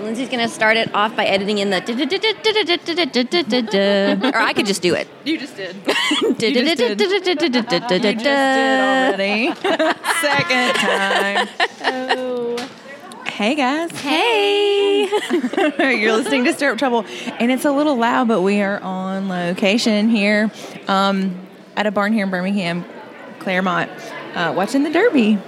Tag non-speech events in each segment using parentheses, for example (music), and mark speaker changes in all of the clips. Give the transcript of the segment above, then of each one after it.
Speaker 1: Lindsay's going to start it off by editing in the. Or I could just do it.
Speaker 2: You just did. (laughs) Second time. Oh. Hey guys.
Speaker 1: Hey.
Speaker 2: (laughs) You're listening to Stir Up Trouble. And it's a little loud, but we are on location here um, at a barn here in Birmingham, Claremont, uh, watching the Derby.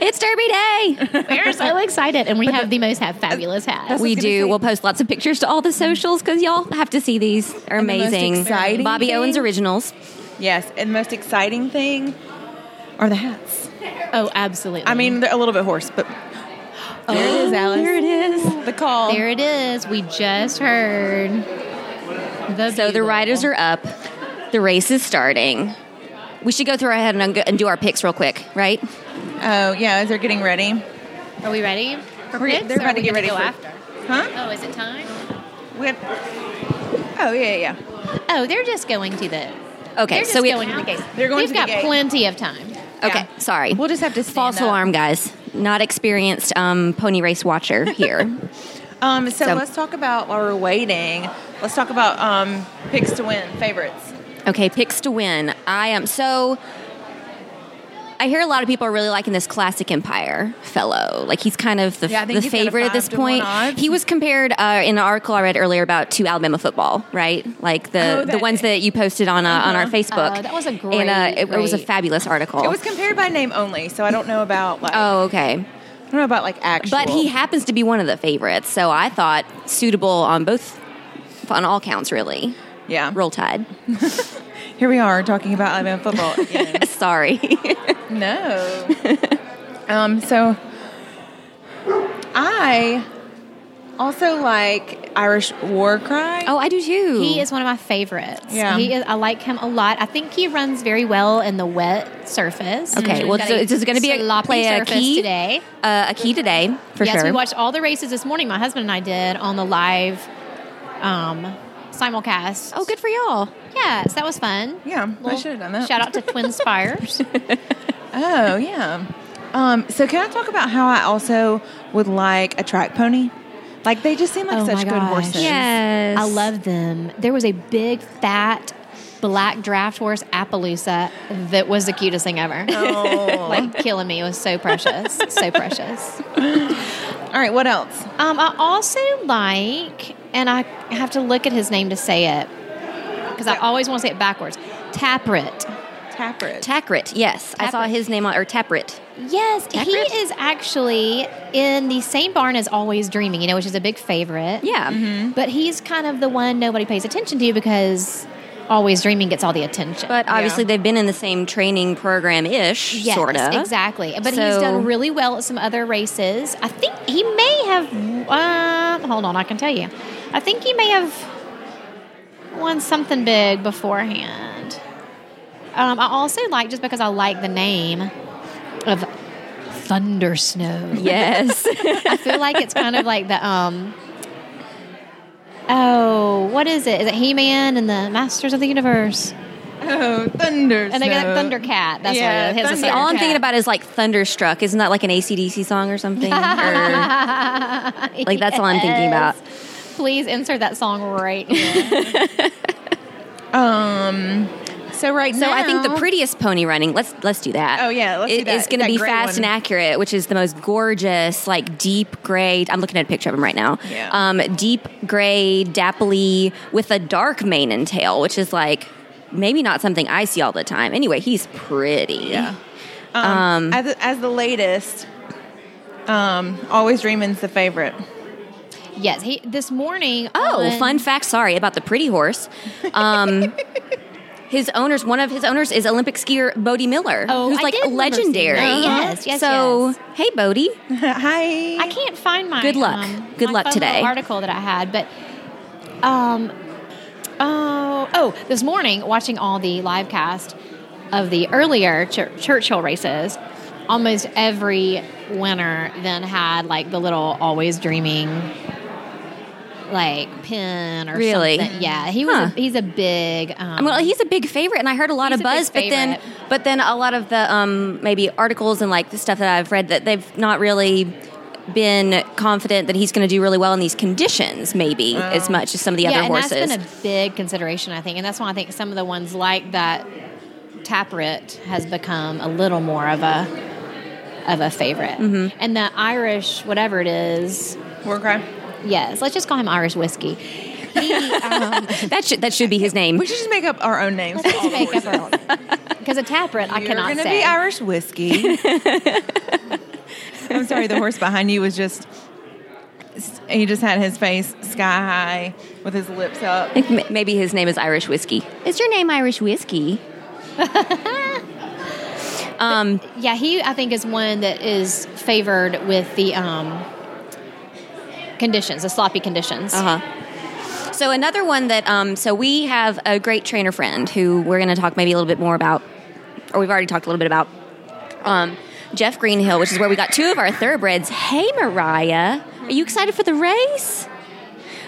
Speaker 1: It's Derby Day.
Speaker 3: We're so excited, and we have the most have fabulous hats.
Speaker 1: We
Speaker 2: was gonna
Speaker 1: do.
Speaker 2: say-
Speaker 1: We'll post lots of pictures to all the socials because y'all have to see these. They're
Speaker 2: And the most
Speaker 1: amazing.
Speaker 2: exciting
Speaker 1: Bobby
Speaker 2: thing-
Speaker 1: Owens originals.
Speaker 2: Yes. And the most exciting thing are the hats.
Speaker 3: Oh, absolutely.
Speaker 2: I mean, they're a little bit hoarse, (gasps) but there it is, Alice. Oh, There it is. The call.
Speaker 3: there it is. We just heard. The
Speaker 1: So the
Speaker 3: bugle.
Speaker 1: riders are up. The race is starting. We should go through our head and, and do our picks real quick, right?
Speaker 2: Oh, yeah, as they're getting ready.
Speaker 3: Are we ready? For
Speaker 2: We're-
Speaker 3: picks,
Speaker 2: they're
Speaker 3: or
Speaker 2: about to
Speaker 3: are we
Speaker 2: get
Speaker 3: gonna
Speaker 2: ready
Speaker 3: Go
Speaker 2: for-
Speaker 3: after.
Speaker 2: Huh?
Speaker 3: Oh, is it time?
Speaker 2: We have- oh, yeah, yeah.
Speaker 3: Oh, they're just going to the.
Speaker 1: Okay,
Speaker 3: They're
Speaker 1: so
Speaker 3: just
Speaker 1: we
Speaker 3: going to the gate.
Speaker 2: They're going
Speaker 3: We've
Speaker 2: to the
Speaker 3: got
Speaker 2: gate.
Speaker 3: plenty of time.
Speaker 1: Okay,
Speaker 2: Yeah.
Speaker 1: sorry.
Speaker 2: We'll just have to stand
Speaker 1: False
Speaker 2: up.
Speaker 1: alarm, guys. Not experienced um, pony race
Speaker 2: (laughs)
Speaker 1: watcher here.
Speaker 2: Um, so,
Speaker 1: So-
Speaker 2: let's talk about while we're waiting. Let's talk about um, picks to win, favorites.
Speaker 1: okay, picks to win. I am so. I hear a lot of people are really liking this classic Empire fellow. Like he's kind of the,
Speaker 2: Yeah, I think
Speaker 1: the
Speaker 2: he's got a
Speaker 1: favorite at this
Speaker 2: five to one
Speaker 1: point.
Speaker 2: odds.
Speaker 1: He was compared uh, in an article I read earlier about to Alabama football, right? Like the,
Speaker 2: Oh,
Speaker 1: the
Speaker 2: that- Uh-huh.
Speaker 1: ones that you posted on uh, on our Facebook.
Speaker 3: Uh, that was a
Speaker 1: and, uh,
Speaker 3: great,
Speaker 1: it, it was a
Speaker 3: great-
Speaker 1: fabulous article.
Speaker 2: It was compared by name only, so I don't know about like
Speaker 1: oh, okay.
Speaker 2: I don't know about like actual.
Speaker 1: But he happens to be one of the favorites, so I thought suitable on both on all counts really.
Speaker 2: yeah.
Speaker 1: Roll Tide. (laughs)
Speaker 2: Here we are talking about Alabama football. again.
Speaker 1: Sorry.
Speaker 2: no. um. So I also like Irish War Cry.
Speaker 1: oh, I do too.
Speaker 3: He is one of my favorites.
Speaker 2: Yeah.
Speaker 3: He is, I like him a lot. I think he runs very well in the wet surface.
Speaker 1: Okay,
Speaker 3: We've
Speaker 1: well,
Speaker 3: got
Speaker 1: so is this gonna be a-
Speaker 3: sloppy
Speaker 1: play a
Speaker 3: surface
Speaker 1: key?
Speaker 3: today?
Speaker 1: uh, a key today for
Speaker 3: yes,
Speaker 1: sure.
Speaker 3: we watched all the races this morning. My husband and I did on the live um, simulcast.
Speaker 1: oh, good for y'all.
Speaker 3: Yes, that was fun.
Speaker 2: Yeah, I
Speaker 3: Well,
Speaker 2: should've done that.
Speaker 3: Shout out to
Speaker 2: (laughs)
Speaker 3: Twin Spires.
Speaker 2: Oh yeah. Um, so can I talk about how I also would like a track pony? Like they just seem like
Speaker 3: Oh,
Speaker 2: such
Speaker 3: my
Speaker 2: good
Speaker 3: gosh.
Speaker 2: horses.
Speaker 1: Yes.
Speaker 3: I love them. There was a big fat black draft horse Appaloosa that was the cutest thing ever.
Speaker 2: Oh.
Speaker 3: (laughs) Like killing me. It was so precious. so precious.
Speaker 2: All right, what else?
Speaker 3: Um, I also like, and I have to look at his name to say it because I always want to say it backwards. Taprit.
Speaker 2: Tapper.
Speaker 1: Tackrit. Yes, I saw
Speaker 3: Tackrit.
Speaker 1: his name on or Taprit.
Speaker 3: Yes, he
Speaker 1: Taprit?
Speaker 3: is actually in the same barn as Always Dreaming, you know, which is a big favorite. Mm-hmm.
Speaker 1: Yeah.
Speaker 3: But he's kind of the one nobody pays attention to because Always Dreaming gets all the attention.
Speaker 1: But obviously
Speaker 2: Yeah.
Speaker 1: they've been in the same training program ish,
Speaker 3: Yes,
Speaker 1: sort of.
Speaker 3: exactly. But he's
Speaker 1: So-
Speaker 3: done really well at some other races. I think he may have. Um, hold on, I can tell you. I think he may have won something big beforehand. Um, I also like just because I like the name of Thunder Snow.
Speaker 1: Yes.
Speaker 3: I feel like it's kind of like the um. Oh, what is it? Is it He Man and the Masters of the Universe?
Speaker 2: Oh, thunder.
Speaker 3: And they got
Speaker 2: Snow.
Speaker 3: Thundercat. That's
Speaker 2: Yeah,
Speaker 3: what it is. It's a
Speaker 2: Thunder-
Speaker 1: All I'm thinking
Speaker 3: Thundercat.
Speaker 1: about is like Thunderstruck. Isn't that like an ACDC song or something? or, like that's all I'm thinking about.
Speaker 3: Please insert that song right now.
Speaker 2: Um. So right
Speaker 1: So
Speaker 2: now,
Speaker 1: I think the prettiest pony running. Let's let's do that.
Speaker 2: Oh, yeah, let's do
Speaker 1: It-
Speaker 2: that.
Speaker 1: It's going to
Speaker 2: That
Speaker 1: be
Speaker 2: gray
Speaker 1: fast
Speaker 2: one.
Speaker 1: and accurate, which is the most gorgeous, like deep gray. I'm looking at a picture of him right now.
Speaker 2: Yeah.
Speaker 1: Um, deep gray, dappley, with a dark mane and tail, which is like maybe not something I see all the time. Anyway, he's pretty.
Speaker 2: Yeah. Um, as, as the latest, um, always dreaming's the favorite. (laughs)
Speaker 3: yes, he, this morning.
Speaker 1: Oh,
Speaker 3: on-
Speaker 1: fun fact. Sorry about the pretty horse. Um,
Speaker 2: (laughs)
Speaker 1: his owners, one of his owners, is Olympic skier Bodie Miller,
Speaker 3: Oh,
Speaker 1: who's
Speaker 3: I
Speaker 1: like
Speaker 3: did remember
Speaker 1: legendary.
Speaker 3: seeing that. Yes, yes,
Speaker 1: So,
Speaker 3: yes.
Speaker 1: hey, Bodie.
Speaker 2: Hi.
Speaker 3: I can't find my
Speaker 1: Good luck.
Speaker 3: um,
Speaker 1: Good
Speaker 3: my
Speaker 1: luck
Speaker 3: fun
Speaker 1: today.
Speaker 3: little Article that I had, but um, oh, oh, this morning watching all the live cast of the earlier Chur- Churchill races, almost every winner then had like the little always dreaming like pin or
Speaker 1: Really?
Speaker 3: something. Yeah, he was.
Speaker 1: Huh.
Speaker 3: A, he's a big. Um,
Speaker 1: I mean, well, he's a big favorite, and I heard a lot
Speaker 3: He's
Speaker 1: of
Speaker 3: a big
Speaker 1: buzz. But then,
Speaker 3: favorite.
Speaker 1: but then a lot of the um, maybe articles and like the stuff that I've read that they've not really been confident that he's going to do really well in these conditions, maybe as much as some of the
Speaker 3: yeah,
Speaker 1: other
Speaker 3: and
Speaker 1: horses.
Speaker 3: that's been a big consideration, I think, and that's why I think some of the ones like that Taprit has become a little more of a of a favorite,
Speaker 2: Mm-hmm.
Speaker 3: and the Irish, whatever it is,
Speaker 2: War cry.
Speaker 3: yes, let's just call him Irish whiskey.
Speaker 2: (laughs)
Speaker 3: He, um,
Speaker 1: that should that should be his
Speaker 3: (laughs)
Speaker 1: name.
Speaker 2: We should just make up our own names.
Speaker 3: let's just make up our because a Taprit I
Speaker 2: You're
Speaker 3: cannot
Speaker 2: gonna
Speaker 3: say.
Speaker 2: be Irish
Speaker 3: (laughs)
Speaker 2: whiskey. I'm sorry, the horse behind you was just. He just had his face sky high with his lips up.
Speaker 1: Like, m- Maybe his name is Irish Whiskey. Is your name Irish Whiskey? um,
Speaker 3: Yeah, he I think is one that is favored with the um, conditions, the sloppy conditions.
Speaker 1: Uh-huh. So another one that um, so we have a great trainer friend who we're going to talk maybe a little bit more about, or we've already talked a little bit about. Um, Jeff Greenhill, which is where we got two of our thoroughbreds. Hey, Mariah, are you excited for the race?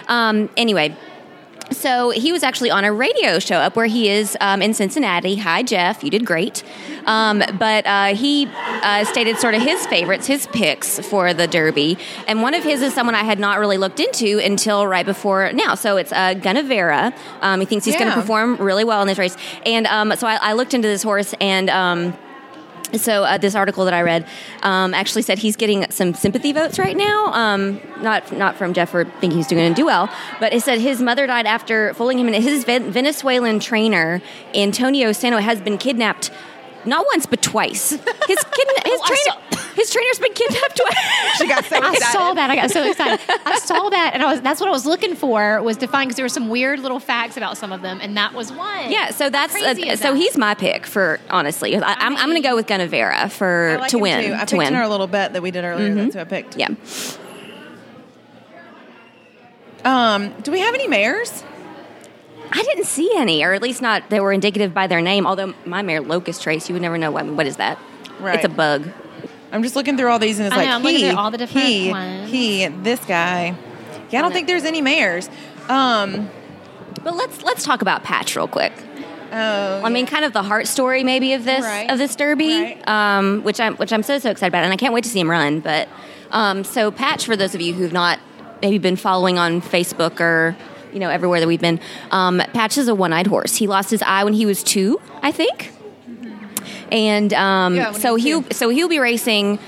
Speaker 1: Um, anyway, so he was actually on a radio show up where he is um, in Cincinnati. Hi, Jeff. You did great. Um, but uh, he uh, stated sort of his favorites, his picks for the Derby. And one of his is someone I had not really looked into until right before now. So it's uh, Gunavera. Um, he thinks he's going
Speaker 2: Yeah.
Speaker 1: to perform really well in this race. And um, so I, I looked into this horse and. Um, so uh, this article that I read um, actually said he's getting some sympathy votes right now. Um, not not from Jeff for thinking he's doing to do well, but it said his mother died after fooling him, and his Ven- Venezuelan trainer Antonio Sano has been kidnapped. Not once, but twice.
Speaker 2: (laughs)
Speaker 1: His kidna- his trainer, his trainer's been kidnapped twice. (laughs)
Speaker 2: She got so
Speaker 3: I
Speaker 2: excited.
Speaker 3: saw that. I got so excited. I saw that, and I was. That's what I was looking for was to find because there were some weird little facts about some of them, and that was one.
Speaker 1: yeah, so that's
Speaker 3: How crazy
Speaker 1: uh,
Speaker 3: is
Speaker 1: so
Speaker 3: that?
Speaker 1: he's my pick for honestly. I, I'm, I'm going to go with Gunavera for
Speaker 2: I like
Speaker 1: to
Speaker 2: him
Speaker 1: win
Speaker 2: too. I
Speaker 1: to
Speaker 2: picked
Speaker 1: win.
Speaker 2: in our little bet that we did earlier.
Speaker 3: Mm-hmm.
Speaker 2: That's who I picked.
Speaker 1: yeah.
Speaker 2: Um, do we have any mayors?
Speaker 1: I didn't see any, or at least not they were indicative by their name. Although my mare locust trace, you would never know what what is that.
Speaker 2: Right.
Speaker 1: It's a bug.
Speaker 2: I'm just looking through all these, and it's
Speaker 3: I know,
Speaker 2: like
Speaker 3: I'm
Speaker 2: he,
Speaker 3: looking through all the different
Speaker 2: he,
Speaker 3: ones.
Speaker 2: he, this guy. Yeah, I don't think there's any mayors. Um,
Speaker 1: But let's let's talk about Patch real quick.
Speaker 2: oh,
Speaker 1: I mean, kind of the heart story maybe of this
Speaker 2: Right.
Speaker 1: of this derby,
Speaker 2: Right.
Speaker 1: um, which I'm which I'm so so excited about, and I can't wait to see him run. But um, so Patch, for those of you who've not maybe been following on Facebook or you know everywhere that we've been, um, Patch is a one eyed horse. He lost his eye when he was two, I think, and um,
Speaker 2: Yeah, when
Speaker 1: so
Speaker 2: he
Speaker 1: he'll
Speaker 2: was
Speaker 1: so he'll be racing.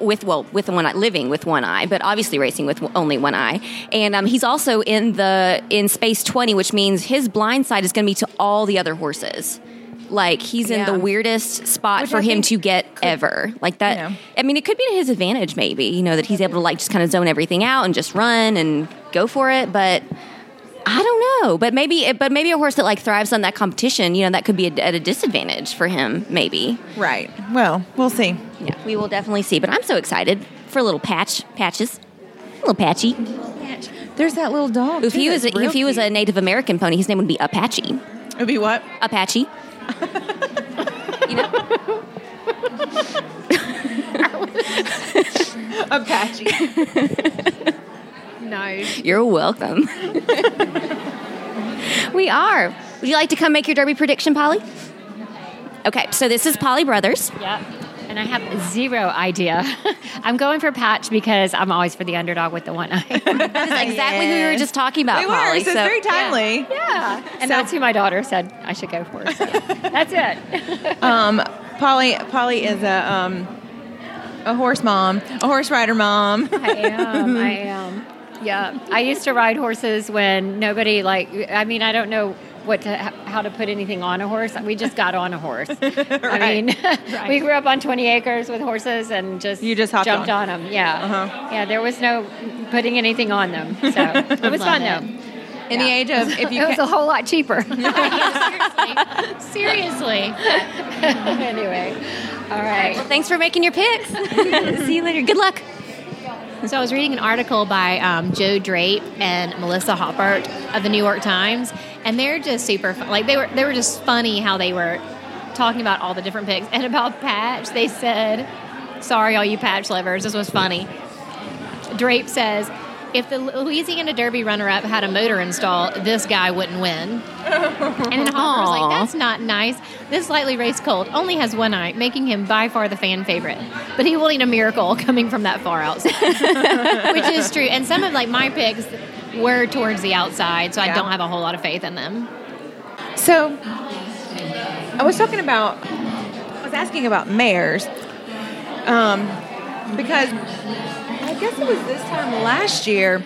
Speaker 1: With well, with one eye, living with one eye, but obviously racing with only one eye, and um, he's also in the in space twenty, which means his blind side is going to be to all the other horses. Like he's in
Speaker 2: Yeah.
Speaker 1: the weirdest spot
Speaker 2: Which
Speaker 1: for
Speaker 2: I
Speaker 1: him
Speaker 2: think
Speaker 1: to get ever. Like that.
Speaker 2: Yeah.
Speaker 1: I mean, it could be to his advantage, maybe. You know that he's able to like just kind of zone everything out and just run and go for it. But I don't know. But maybe. eh, But maybe a horse that like thrives on that competition. You know, that could be at a disadvantage for him. Maybe.
Speaker 2: right. Well, we'll see.
Speaker 1: Yeah, we will definitely see. But I'm so excited for a little patch patches. A little patchy.
Speaker 2: There's that little dog.
Speaker 1: If
Speaker 2: too,
Speaker 1: he was
Speaker 2: that's
Speaker 1: a,
Speaker 2: real
Speaker 1: if he was a
Speaker 2: cute.
Speaker 1: Native American pony, his name would be Apache.
Speaker 2: it'd be
Speaker 3: (laughs)
Speaker 2: what?
Speaker 1: Apache. (laughs) you know.
Speaker 2: Apache.
Speaker 3: No.
Speaker 1: You're welcome. we are. Would you like to come make your derby prediction, Polly? Okay, so this is Polly Brothers.
Speaker 3: Yep. And I have zero idea. (laughs) I'm going for Patch because I'm always for the underdog with the one
Speaker 2: (laughs)
Speaker 3: eye.
Speaker 1: That is exactly who we were
Speaker 2: Yes.
Speaker 1: just talking about,
Speaker 2: we were.
Speaker 1: Polly.
Speaker 2: so it's very timely.
Speaker 3: yeah. And
Speaker 2: So-
Speaker 3: that's who my daughter said I should go for.
Speaker 2: (laughs)
Speaker 3: So that's it.
Speaker 2: Um, Polly, Polly is a um, a horse mom, a horse rider mom. (laughs)
Speaker 3: I am. I am. Yeah. I used to ride horses when nobody like. I mean, I don't know what to how to put anything on a horse. We just got on
Speaker 2: (laughs)
Speaker 3: a horse. I mean, (laughs) we grew up on 20 acres with horses and just
Speaker 2: You just hopped
Speaker 3: jumped
Speaker 2: on.
Speaker 3: on. them. Yeah.
Speaker 2: Uh-huh.
Speaker 3: Yeah. There was no putting anything on them.
Speaker 2: (laughs)
Speaker 3: So it was fun though.
Speaker 2: In the
Speaker 3: Yeah.
Speaker 2: age of if you
Speaker 3: it was
Speaker 2: ca-
Speaker 3: a whole lot cheaper. (laughs) Seriously. (laughs) anyway. All right.
Speaker 1: Thanks for making your picks. (laughs) See you later. Good luck.
Speaker 3: So I was reading an article by um, Joe Drape and Melissa Hoppert of the New York Times, and they're just super fun. Like they were, they were just funny how they were talking about all the different picks and about Patch. They said, "Sorry, all you Patch lovers, this was funny." Drape says, if the Louisiana Derby runner-up had a motor installed, this guy wouldn't win. And then Hopper was
Speaker 1: Aw.
Speaker 3: like, that's not nice. This lightly raced colt only has one eye, making him by far the fan favorite. But he will need a miracle (laughs) coming from that far outside. Which is true. And some of like my picks were towards the outside, so
Speaker 2: Yeah.
Speaker 3: I don't have a whole lot of faith in them.
Speaker 2: So I was talking about, I was asking about mayors, um, because I guess it was this time last year.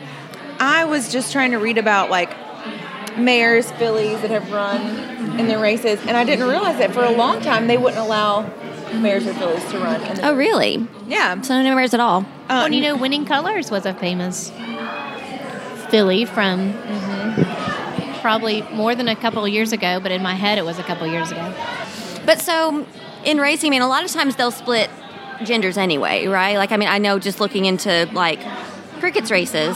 Speaker 2: I was just trying to read about like mayors, fillies that have run in their races, and I didn't realize that for a long time they wouldn't allow mayors or fillies to run. In the,
Speaker 1: Oh, really?
Speaker 2: yeah.
Speaker 1: So no numbers at all.
Speaker 3: Oh,
Speaker 2: Um,
Speaker 3: and you know, Winning Colors was a famous filly from probably more than a couple years ago, but in my head it was a couple years ago.
Speaker 1: But so in racing, I mean, a lot of times they'll split genders anyway, right? Like, I mean, I know just looking into like crickets races,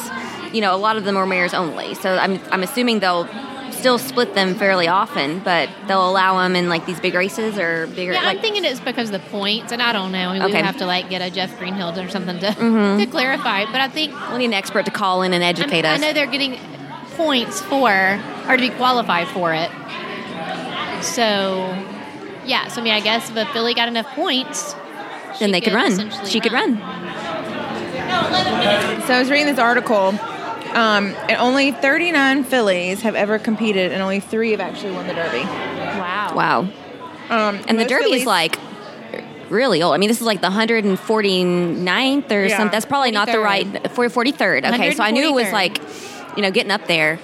Speaker 1: you know, a lot of them are mares only. So I'm, I'm assuming they'll still split them fairly often, but they'll allow them in like these big races or bigger.
Speaker 3: Yeah,
Speaker 1: like,
Speaker 3: I'm thinking it's because of the points, and I don't know. I mean, we
Speaker 1: Okay.
Speaker 3: would have to like get a Jeff Greenhill or something to to clarify. But I think
Speaker 1: we need an expert to call in and
Speaker 3: I,
Speaker 1: educate
Speaker 3: mean, I
Speaker 1: us.
Speaker 3: know they're getting points for or to be qualified for it. So, yeah. So I mean, I guess if a filly got enough points,
Speaker 1: then they could,
Speaker 3: could
Speaker 1: run.
Speaker 3: essentially
Speaker 1: She could
Speaker 3: run.
Speaker 1: run.
Speaker 2: So I was reading this article, um, and only 39 fillies have ever competed, and only three have actually won the Derby.
Speaker 3: wow,
Speaker 1: Wow.
Speaker 2: Um,
Speaker 1: And the
Speaker 2: most
Speaker 1: Derby is
Speaker 2: fillies-
Speaker 1: like really old. I mean, this is like the 149th or
Speaker 2: Yeah.
Speaker 1: something. That's probably not the
Speaker 3: 43rd.
Speaker 1: right for 43rd. Okay, so I knew it was
Speaker 2: 143rd.
Speaker 1: like, you know, getting up there.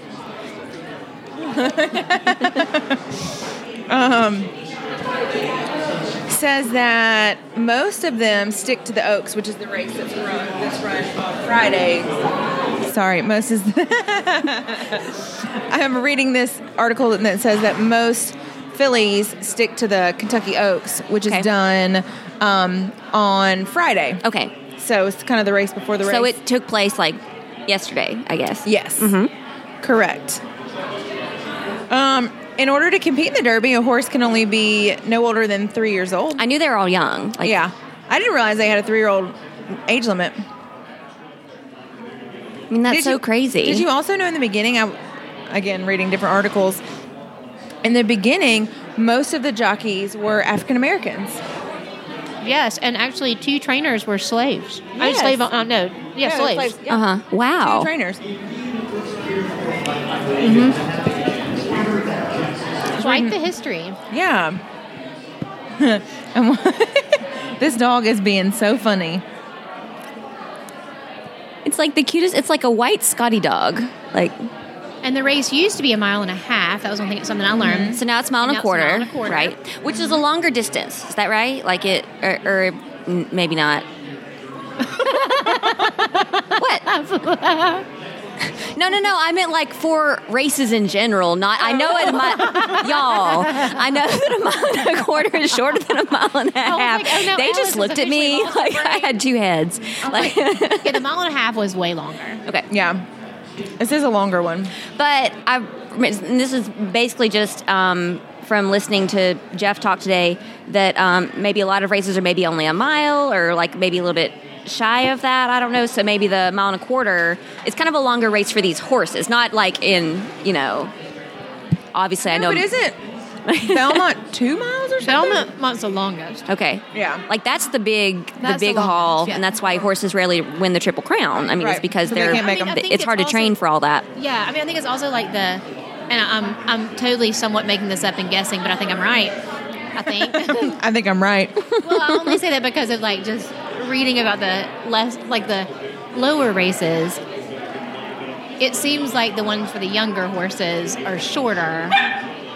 Speaker 2: says that most of them stick to the Oaks, which is the race that's run that's run on Fridays. Sorry, most is. (laughs) I'm reading this article that says that most fillies stick to the Kentucky Oaks, which
Speaker 1: Okay.
Speaker 2: is done um, on Friday.
Speaker 1: Okay,
Speaker 2: So it's kind of the race before the race.
Speaker 1: so it took place like yesterday, I guess.
Speaker 2: Yes. Mm-hmm. Correct. Um, in order to compete in the Derby, a horse can only be no older than three years old.
Speaker 1: I knew they were all young. Like,
Speaker 2: yeah. I didn't realize they had a three year old age limit.
Speaker 1: I mean, that's
Speaker 2: Did
Speaker 1: so
Speaker 2: you-
Speaker 1: crazy.
Speaker 2: Did you also know in the beginning? I, again, reading different articles. In the beginning, most of the jockeys were African Americans.
Speaker 3: Yes, and actually, two trainers were slaves. I mean,
Speaker 2: Yes.
Speaker 3: slave. Uh, no, yeah, slaves.
Speaker 1: Uh huh. Wow.
Speaker 2: Two trainers.
Speaker 3: Quite the history.
Speaker 2: Yeah. (laughs) And (laughs) wh- this dog is being so funny.
Speaker 1: It's like the cutest. It's like a white Scotty dog. Like
Speaker 3: And the race used to be a mile and a half. That was one thing, something I learned.
Speaker 1: so now it's a mile and a
Speaker 3: Now it's a mile
Speaker 1: quarter,
Speaker 3: and a quarter.
Speaker 1: right? Which is a longer distance. Is that right? Like it, or, or n- maybe
Speaker 3: (laughs)
Speaker 1: not. what? No, no, no. I meant like for races in general. Not. I know a
Speaker 3: Oh.
Speaker 1: mile, y'all. I
Speaker 3: (laughs)
Speaker 1: know that a mile and a quarter is shorter than a mile and a
Speaker 3: was
Speaker 1: half.
Speaker 3: like, oh, no,
Speaker 1: they
Speaker 3: Alice
Speaker 1: just
Speaker 3: has
Speaker 1: looked at me
Speaker 3: officially Oh. lost
Speaker 1: (laughs)
Speaker 3: her
Speaker 1: like I
Speaker 3: brain.
Speaker 1: had two heads. Like,
Speaker 3: (laughs) yeah, the mile and a half was
Speaker 1: (laughs)
Speaker 3: way longer.
Speaker 1: okay.
Speaker 2: Yeah. This is a longer one.
Speaker 1: But I, and this is basically just um, from listening to Jeff talk today that um, maybe a lot of races are maybe only a mile or like maybe a little bit shy of that. I don't know. So maybe the mile and a quarter is kind of a longer race for these horses, not like in you know. Obviously, I know.
Speaker 2: No,
Speaker 3: um,
Speaker 2: but isn't
Speaker 3: (laughs)
Speaker 2: Belmont two miles or something?
Speaker 3: Belmont Mont's the longest.
Speaker 1: Okay.
Speaker 2: Yeah.
Speaker 1: Like that's the big, the
Speaker 3: That's the
Speaker 1: big
Speaker 3: long
Speaker 1: haul,
Speaker 3: ones, yeah.
Speaker 1: and that's why horses rarely win the triple crown. I mean, it's
Speaker 2: Right.
Speaker 1: because
Speaker 2: So they
Speaker 1: they're.
Speaker 2: can't make
Speaker 3: I mean,
Speaker 2: 'em.
Speaker 3: I think
Speaker 1: it's hard to
Speaker 3: also-
Speaker 1: train for all that.
Speaker 3: Yeah, I mean, I think it's also like the, and I'm I'm totally somewhat making this up and guessing, but I think I'm right. I think.
Speaker 2: I think I'm
Speaker 3: (laughs)
Speaker 2: right.
Speaker 3: well, I only say that because of like just reading about the less like the lower races. It seems like the ones for the younger horses are shorter.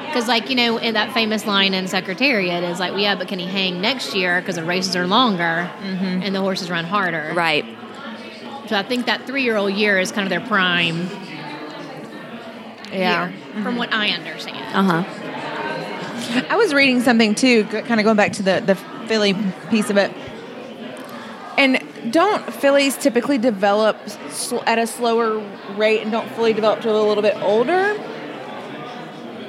Speaker 3: Because, like, you know, in that famous line in Secretariat is like, well, yeah, but can he hang next year? Because the races are longer and the horses run harder.
Speaker 1: Right.
Speaker 3: So I think that three year old year is kind of their prime.
Speaker 2: Yeah.
Speaker 3: year, from what I understand.
Speaker 1: Uh huh.
Speaker 2: I was reading something too, kind of going back to the, the Philly piece of it. And don't Phillies typically develop sl- at a slower rate and don't fully develop till a little bit older?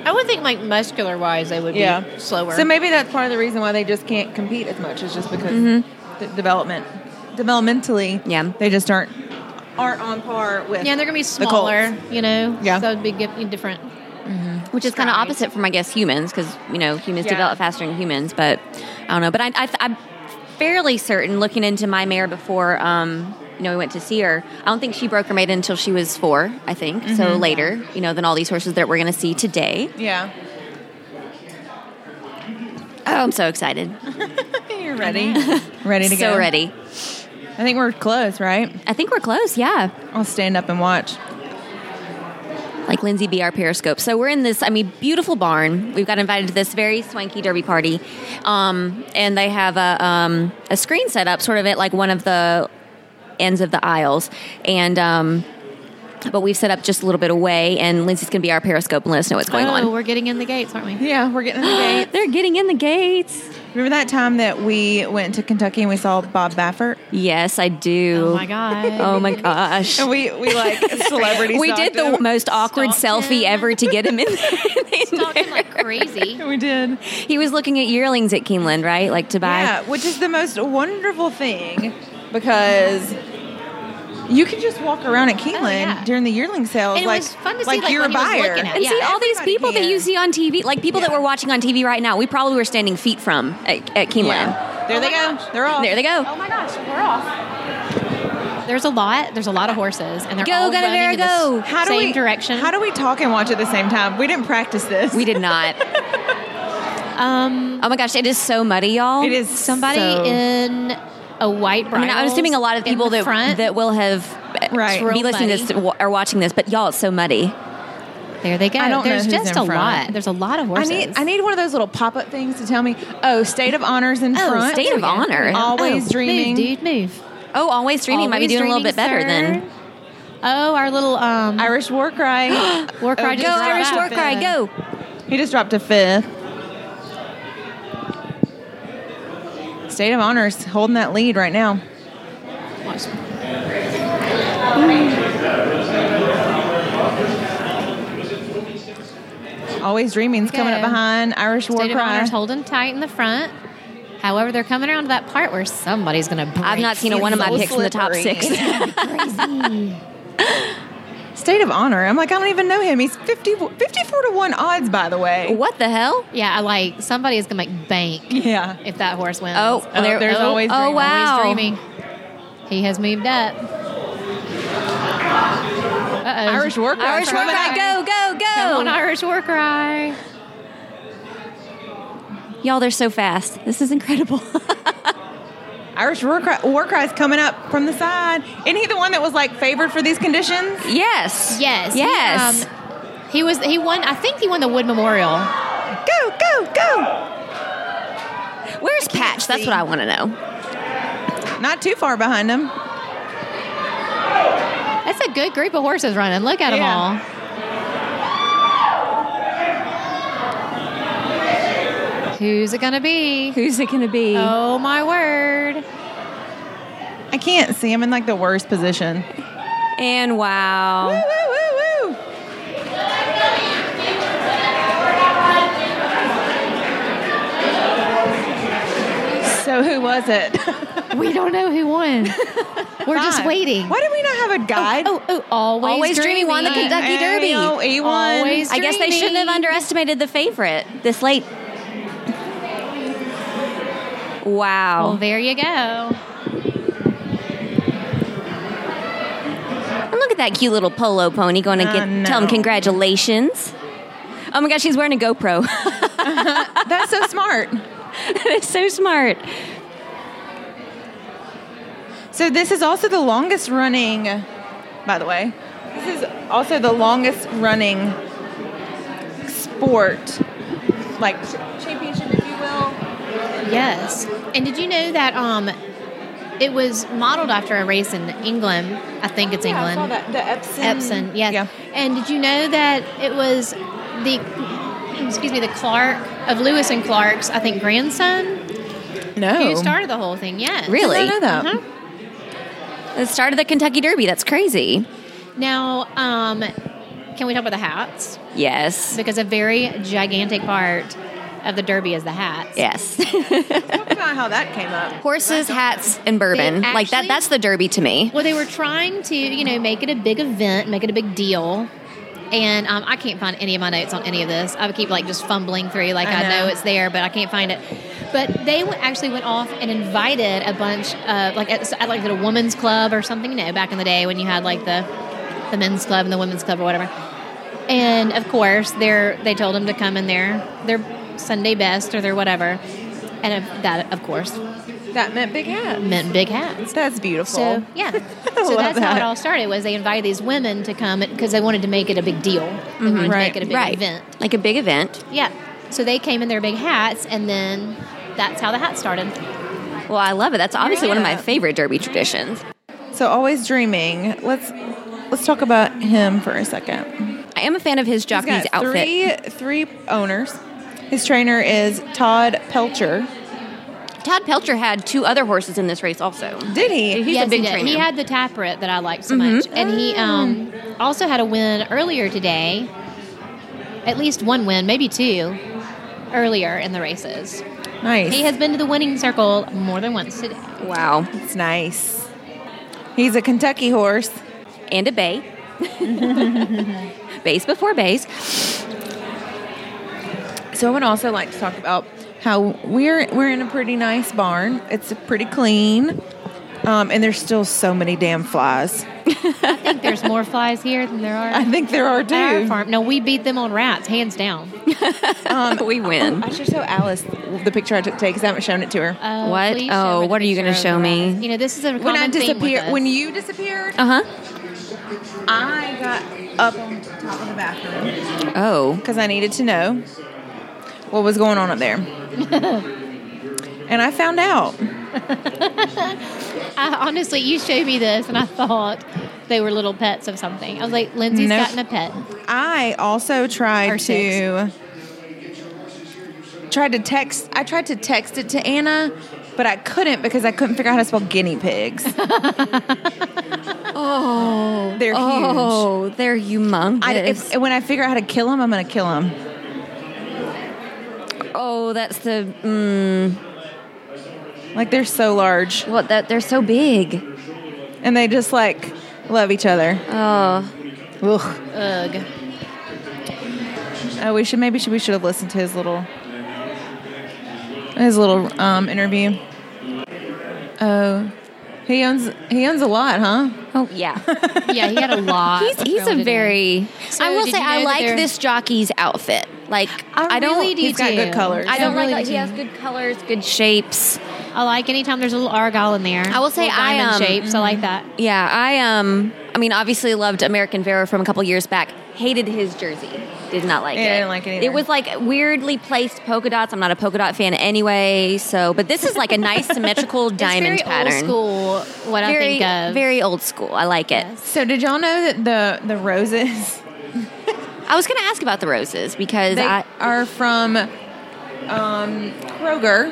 Speaker 3: I would think, like muscular wise, they would be slower.
Speaker 2: So maybe that's part of the reason why they just can't
Speaker 3: Mm-hmm.
Speaker 2: compete as much is just because the development, developmentally,
Speaker 1: Yeah.
Speaker 2: they just aren't aren't on par with.
Speaker 3: Yeah, they're gonna be
Speaker 2: the Colts.
Speaker 3: smaller, you know.
Speaker 2: Yeah.
Speaker 3: so it'd be gi- different.
Speaker 1: which is kind of
Speaker 3: Right.
Speaker 1: opposite from I guess humans because you know humans
Speaker 2: Yeah.
Speaker 1: develop faster than humans, but I don't know. But I, I th- I'm fairly certain looking into my mare before um, you know we went to see her. I don't think she broke her maiden until she was four. I think
Speaker 2: Mm-hmm.
Speaker 1: so later you know than all these horses that we're going to see today.
Speaker 2: Yeah.
Speaker 1: Oh, I'm so excited,
Speaker 2: You're ready. (laughs) ready
Speaker 3: (laughs)
Speaker 2: to
Speaker 1: so
Speaker 2: go.
Speaker 1: ready.
Speaker 2: I think we're close, right?
Speaker 1: I think we're close. Yeah,
Speaker 2: I'll stand up and watch.
Speaker 1: like Lindsay B, our Periscope. So we're in this, I mean, beautiful barn. We've got invited to this very swanky derby party, um, and they have a, um, a screen set up, sort of at like one of the ends of the aisles, and. Um, but we've set up just a little bit away, and Lindsay's going to be our Periscope and let us know what's going
Speaker 3: oh,
Speaker 1: on.
Speaker 3: we're getting in the gates, aren't we?
Speaker 2: Yeah, we're getting in the gate.
Speaker 1: They're getting in the gates.
Speaker 2: (gasps) Remember that time that we went to Kentucky and we saw Bob Baffert?
Speaker 1: Yes, I do.
Speaker 3: Oh my god.
Speaker 1: Oh my gosh.
Speaker 2: And we, we (laughs) like celebrities.
Speaker 1: we did the most awkward
Speaker 3: Stalked
Speaker 1: selfie
Speaker 3: him.
Speaker 1: ever to get him in. in
Speaker 3: Talking like
Speaker 1: there.
Speaker 3: crazy.
Speaker 2: We did.
Speaker 1: (laughs) He was looking at yearlings at Keeneland, right? Like to buy.
Speaker 2: Yeah, which is the most wonderful thing because you can just walk around at Keeneland
Speaker 3: yeah.
Speaker 2: during the yearling sales.
Speaker 3: And it
Speaker 2: like,
Speaker 3: was fun to see, like,
Speaker 2: you're
Speaker 3: what
Speaker 2: a
Speaker 3: he was
Speaker 2: buyer.
Speaker 3: looking at.
Speaker 1: And
Speaker 3: Yeah,
Speaker 1: see all these
Speaker 2: everybody
Speaker 1: people that
Speaker 2: can.
Speaker 1: you see on TV, like people that
Speaker 2: Yeah.
Speaker 1: we're watching on TV right now, we probably were standing feet from at, at Keeneland.
Speaker 2: Yeah. There
Speaker 3: Oh
Speaker 2: they
Speaker 3: my
Speaker 2: go.
Speaker 3: gosh.
Speaker 2: They're off.
Speaker 1: There they go.
Speaker 3: Oh my gosh, we're off. There's a lot. There's a lot of horses, and they're
Speaker 1: Go,
Speaker 3: all
Speaker 1: Gunnavera,
Speaker 3: running in the
Speaker 1: go.
Speaker 3: s-
Speaker 2: How do
Speaker 3: same
Speaker 2: we,
Speaker 3: direction.
Speaker 2: How do we talk and watch at the same time? We didn't practice this.
Speaker 1: We did
Speaker 3: (laughs)
Speaker 1: not.
Speaker 3: um,
Speaker 1: oh my gosh, it is so muddy, y'all.
Speaker 2: It is
Speaker 3: somebody
Speaker 2: so-
Speaker 3: in a white
Speaker 1: I
Speaker 3: bridle.
Speaker 1: mean, I'm assuming a lot of
Speaker 3: in
Speaker 1: people
Speaker 3: the
Speaker 1: that
Speaker 3: front.
Speaker 1: that will have uh,
Speaker 2: Right.
Speaker 1: be
Speaker 3: Real
Speaker 1: listening to
Speaker 3: muddy.
Speaker 1: this wa- or watching this, but y'all, it's so muddy.
Speaker 3: there they go.
Speaker 2: I don't know
Speaker 3: There's
Speaker 2: who's
Speaker 3: just
Speaker 2: in
Speaker 3: a
Speaker 2: front.
Speaker 3: lot. There's a lot of
Speaker 2: I
Speaker 3: horses.
Speaker 2: need I need one of those little pop up things to tell me. Oh, state of honors in
Speaker 1: Oh,
Speaker 2: front.
Speaker 1: state of honor.
Speaker 2: Always
Speaker 3: Oh,
Speaker 2: dreaming.
Speaker 3: move, dude, move.
Speaker 1: Oh, always dreaming might be
Speaker 3: Always
Speaker 1: doing a little bit
Speaker 3: dreaming,
Speaker 1: better
Speaker 3: sir.
Speaker 1: than
Speaker 3: Oh, our little um,
Speaker 2: Irish war cry.
Speaker 3: (gasps) war cry.
Speaker 2: Oh,
Speaker 1: go
Speaker 3: just dropped
Speaker 1: Irish
Speaker 3: out.
Speaker 1: war cry, go.
Speaker 2: he just dropped a fifth. State of honors holding that lead right now.
Speaker 3: Watch.
Speaker 2: Always dreaming's coming up
Speaker 3: Okay.
Speaker 2: behind Irish war
Speaker 3: State of
Speaker 2: cry.
Speaker 3: Honor's holding tight in the front. However, they're coming around to that part where somebody's going to.
Speaker 1: I've not seen a one of my
Speaker 2: so
Speaker 1: picks in the top
Speaker 2: slippery.
Speaker 1: six.
Speaker 3: (laughs)
Speaker 2: State of honor. I'm like I don't even know him. He's 50, 54 to one odds by the way.
Speaker 1: what the hell?
Speaker 3: Yeah, I like somebody is going to make bank
Speaker 2: Yeah.
Speaker 3: if that horse wins.
Speaker 1: Oh,
Speaker 2: Oh,
Speaker 1: there-
Speaker 2: there's
Speaker 1: oh,
Speaker 2: always
Speaker 1: oh
Speaker 2: dreaming.
Speaker 1: wow.
Speaker 3: Always dreaming. He has moved up. Uh-oh.
Speaker 2: Irish war cry.
Speaker 1: Irish war
Speaker 2: coming
Speaker 1: cry,
Speaker 2: up.
Speaker 1: go, go,
Speaker 3: Come
Speaker 1: go.
Speaker 3: on, Irish war cry.
Speaker 1: Y'all, they're so fast. This is incredible. (laughs)
Speaker 2: Irish war cry, war cry's coming up from the side. Isn't he the one that was like favored for these conditions?
Speaker 1: yes.
Speaker 3: Yes.
Speaker 1: Yes.
Speaker 3: He, um, he was. He won. I think he won the Wood Memorial.
Speaker 2: Go, go, go!
Speaker 1: Where's Patch? That's
Speaker 2: see.
Speaker 1: what I want to know.
Speaker 2: Not too far behind him.
Speaker 3: That's a good group of horses running. Look at
Speaker 2: Yeah.
Speaker 3: them all. Who's it gonna be?
Speaker 1: Who's it going to be?
Speaker 3: Oh my word!
Speaker 2: I can't see him in like the worst position.
Speaker 1: And wow.
Speaker 2: Woo, woo, woo, woo! So who was it?
Speaker 3: We don't know who won. (laughs) We're just
Speaker 2: Fine.
Speaker 3: waiting.
Speaker 2: Why did we not have a guide?
Speaker 3: Oh, oh, always,
Speaker 1: Always dreaming won the Kentucky- Kentucky Derby.
Speaker 2: Oh, he won.
Speaker 3: Always-
Speaker 1: I guess they shouldn't have
Speaker 3: Dreaming.
Speaker 1: underestimated the favorite this late.
Speaker 3: Well,
Speaker 1: Wow.
Speaker 3: there you go.
Speaker 1: And look at that cute little polo pony going to
Speaker 2: I
Speaker 1: get tell him
Speaker 2: know.
Speaker 1: congratulations. Oh my gosh, she's wearing a GoPro. (laughs)
Speaker 2: That's so smart.
Speaker 1: That's so smart.
Speaker 2: So this is also the longest running, by the way, this is also the longest running sport, like ch- championship, if you will.
Speaker 3: Yes. And did you know that um, it was modeled after a race in England? I think it's
Speaker 2: Yeah, I
Speaker 3: England.
Speaker 2: saw that. The Epson.
Speaker 3: Epson, yes.
Speaker 2: Yeah.
Speaker 3: And did you know that it was the excuse me, the Clark of Lewis and Clark's, I think, grandson
Speaker 2: No.
Speaker 3: who started the whole thing, yes.
Speaker 1: Really?
Speaker 2: I know that.
Speaker 3: Uh-huh.
Speaker 1: It started the Kentucky Derby. That's crazy.
Speaker 3: Now, um, can we talk about the hats?
Speaker 1: Yes.
Speaker 3: Because a very gigantic part of the Derby is the hats.
Speaker 1: Yes. (laughs)
Speaker 2: Talk about how that came up.
Speaker 1: Horses, hats, and bourbon.
Speaker 3: They
Speaker 1: like that
Speaker 3: actually-
Speaker 1: that's the derby to me.
Speaker 3: Well, they were trying to, you know, make it a big event, make it a big deal. And um, I can't find any of my notes on any of this. I would keep like just fumbling through, like
Speaker 2: I
Speaker 3: I know.
Speaker 2: know.
Speaker 3: it's there, but I can't find it. But they went, actually went off and invited a bunch of like at, at like at a women's club or something. You know, back in the day when you had like the the men's club and the women's club or whatever. And of course, they're, they told them to come in their their Sunday best or their whatever. And of- that, of course,
Speaker 2: That meant big hat.
Speaker 3: meant big hats.
Speaker 2: That's beautiful.
Speaker 3: So
Speaker 1: (laughs)
Speaker 3: yeah, so
Speaker 2: love
Speaker 3: that's how
Speaker 2: that.
Speaker 3: it all started. Was they invited these women to come because they wanted to make it a big deal, they wanted
Speaker 2: Right,
Speaker 3: to make it a
Speaker 1: Mm-hmm.
Speaker 3: big
Speaker 1: right.
Speaker 3: event.
Speaker 1: Like a big event.
Speaker 3: Yeah, so they came in their big hats, and then that's how the hat started.
Speaker 1: Well, I love it. That's obviously one of my
Speaker 2: Yeah.
Speaker 1: favorite derby traditions.
Speaker 2: So always dreaming. Let's let's talk about him for a second.
Speaker 1: I am a fan of his
Speaker 2: He's
Speaker 1: jockey's
Speaker 2: got
Speaker 1: outfit.
Speaker 2: three three owners. His trainer is Todd Pelcher.
Speaker 1: Todd Pelcher had two other horses in this race also.
Speaker 2: Did he?
Speaker 1: He's
Speaker 3: yes,
Speaker 1: a big
Speaker 3: he did.
Speaker 1: trainer. Mm-hmm.
Speaker 3: He had the taprit that I liked so much, and he um, also had a win earlier today. At least one win, maybe two, earlier in the races.
Speaker 2: Nice.
Speaker 3: He has been to the winning circle more than once today.
Speaker 1: wow.
Speaker 2: It's nice. He's a Kentucky horse.
Speaker 1: And a
Speaker 3: (laughs)
Speaker 1: bay. base before base.
Speaker 2: So I would also like to talk about how we're we're in a pretty nice barn. It's pretty clean, um, and there's still so many damn flies.
Speaker 3: I think there's more flies here
Speaker 1: (laughs)
Speaker 3: than there are.
Speaker 2: I think there are
Speaker 3: at our
Speaker 2: too.
Speaker 3: farm. No, we beat them on rats, hands down. Um,
Speaker 1: (laughs) we win.
Speaker 3: uh,
Speaker 2: I should show Alice the picture I took today because I haven't shown it to her.
Speaker 3: Oh,
Speaker 1: What?
Speaker 3: please
Speaker 1: Oh,
Speaker 3: show me the
Speaker 1: what are you gonna
Speaker 3: picture
Speaker 1: show
Speaker 3: of the
Speaker 1: me?
Speaker 3: rats. You know, this is a common
Speaker 2: when I
Speaker 3: theme with
Speaker 2: disappeared,
Speaker 3: us.
Speaker 2: when you disappeared,
Speaker 3: uh-huh.
Speaker 1: Uh huh.
Speaker 2: I got up on top of the bathroom
Speaker 1: Oh.
Speaker 2: because I needed to know what was going on up (laughs) there, and I found out.
Speaker 3: I, honestly, you showed me this, and I thought they were little pets of something. I was like, Lindsay's
Speaker 2: No.
Speaker 3: gotten a pet.
Speaker 2: I also
Speaker 3: Or
Speaker 2: tried to tried to text. I tried to text it to Anna, but I couldn't because I couldn't figure out how to spell
Speaker 1: (laughs)
Speaker 2: guinea pigs.
Speaker 1: Oh.
Speaker 2: They're huge.
Speaker 1: oh, they're humongous.
Speaker 2: I, if, when I figure out how to kill them, I'm gonna kill them.
Speaker 1: oh, that's the. Mm,
Speaker 2: Like they're so large,
Speaker 1: what? That they're so big.
Speaker 2: and they just like love each other.
Speaker 1: Oh.
Speaker 2: Ugh.
Speaker 3: Ugh.
Speaker 2: Oh, we should maybe should we should have listened to his little his little um, interview. Oh, he owns he owns a lot, huh?
Speaker 1: Oh
Speaker 3: (laughs)
Speaker 1: yeah.
Speaker 3: Yeah, he had a
Speaker 1: (laughs)
Speaker 3: lot.
Speaker 1: he's
Speaker 3: of
Speaker 1: he's
Speaker 3: trouble
Speaker 1: a
Speaker 3: today.
Speaker 1: very.
Speaker 3: So
Speaker 1: I will
Speaker 3: did
Speaker 1: say
Speaker 3: you know
Speaker 1: I
Speaker 3: that
Speaker 1: like
Speaker 3: they're-
Speaker 1: this jockey's outfit. Like
Speaker 3: I,
Speaker 1: I don't.
Speaker 3: really do
Speaker 2: he's got
Speaker 3: too.
Speaker 2: good colors.
Speaker 1: I don't
Speaker 3: really
Speaker 1: like. Like,
Speaker 3: do.
Speaker 1: he has good colors, good shapes.
Speaker 3: I like anytime there's a little argyle in there.
Speaker 1: I will say
Speaker 3: Little
Speaker 1: I,
Speaker 3: diamond
Speaker 1: um,
Speaker 3: shapes. I like that.
Speaker 1: Yeah, I um, I mean, obviously loved American Pharaoh from a couple years back. Hated his jersey. Did not like
Speaker 2: Yeah,
Speaker 1: it.
Speaker 2: I didn't like it either.
Speaker 1: It was like weirdly placed polka dots. I'm not a polka dot fan anyway. So, but this is like a nice symmetrical diamond
Speaker 3: (laughs) it's very
Speaker 1: pattern.
Speaker 3: Old school. What
Speaker 1: very,
Speaker 3: I think of.
Speaker 1: very old school. I like it.
Speaker 3: Yes.
Speaker 2: So did y'all know that the the roses
Speaker 1: I was going to ask about the roses because
Speaker 2: they
Speaker 1: I
Speaker 2: are from um, Kroger,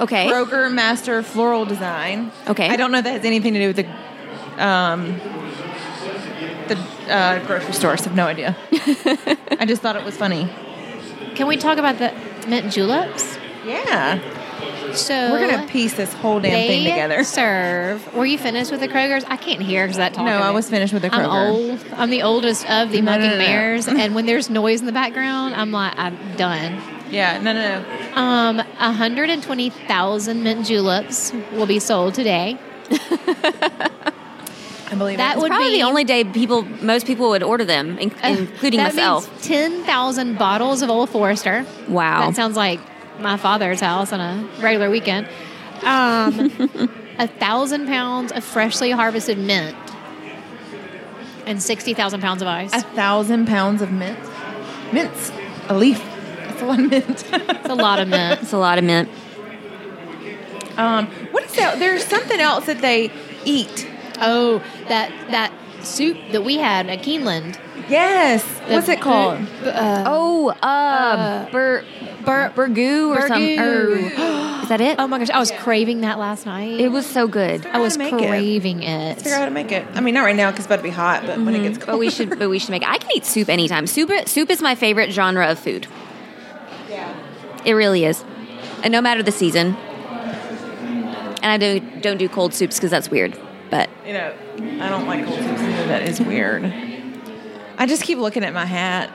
Speaker 1: okay.
Speaker 2: Kroger Master Floral Design.
Speaker 1: Okay.
Speaker 2: I don't know if that has anything to do with the um, the uh, grocery stores. I have no idea. I just thought it was funny.
Speaker 3: Can we talk about the mint juleps?
Speaker 2: Yeah,
Speaker 3: So
Speaker 2: we're gonna piece this whole damn
Speaker 3: they
Speaker 1: (laughs)
Speaker 2: thing together.
Speaker 3: serve. Were you finished with the Krogers? I can't hear because that talk.
Speaker 2: No,
Speaker 3: of
Speaker 2: I
Speaker 3: it.
Speaker 2: was finished with the
Speaker 3: I'm
Speaker 2: Kroger.
Speaker 3: old. I'm the oldest of the
Speaker 2: No, no,
Speaker 3: mucking
Speaker 2: no, no. (laughs)
Speaker 3: mares, and when there's noise in the background, I'm like, I'm done.
Speaker 2: Yeah, no, no, no.
Speaker 3: Um, 120,000 mint juleps will be sold today.
Speaker 2: I believe
Speaker 3: That
Speaker 2: it.
Speaker 1: It's
Speaker 3: would
Speaker 1: probably
Speaker 3: be- Uh,
Speaker 1: the only day people, most people would order them, in, including
Speaker 3: that
Speaker 1: myself.
Speaker 3: Means 10,000 bottles of Old Forester.
Speaker 1: Wow.
Speaker 3: That sounds like my father's house on a regular weekend. Um,
Speaker 1: (laughs)
Speaker 3: a thousand pounds of freshly harvested mint and 60,000 pounds of ice.
Speaker 2: a thousand pounds of mint. Mints, a leaf. That's a lot of mint. (laughs)
Speaker 3: That's a lot of mint.
Speaker 1: It's a lot of mint.
Speaker 2: Um, what is that? There's something else that they eat.
Speaker 3: Oh, that that soup that we had at Keeneland.
Speaker 2: Yes.
Speaker 3: The
Speaker 2: What's it called?
Speaker 3: bur- uh,
Speaker 1: Oh, uh, bur, bur, burgoo or
Speaker 3: burgoo.
Speaker 1: something.
Speaker 3: (gasps)
Speaker 1: Is that it?
Speaker 3: oh my gosh, I was craving that last night.
Speaker 1: It was so good.
Speaker 3: I was
Speaker 2: How to make it.
Speaker 3: craving it.
Speaker 2: Figure out how to make it. I mean, not right now because it's about to be hot, but when it gets
Speaker 1: (laughs)
Speaker 2: cold.
Speaker 1: But we should, but we should make. I can eat soup anytime. Soup, soup is my favorite genre of food.
Speaker 2: Yeah.
Speaker 1: It really is. And no matter the season. And I do, don't do cold soups because that's weird. But
Speaker 2: You know, I don't like cold soups either. That is weird. I just keep looking at my hat.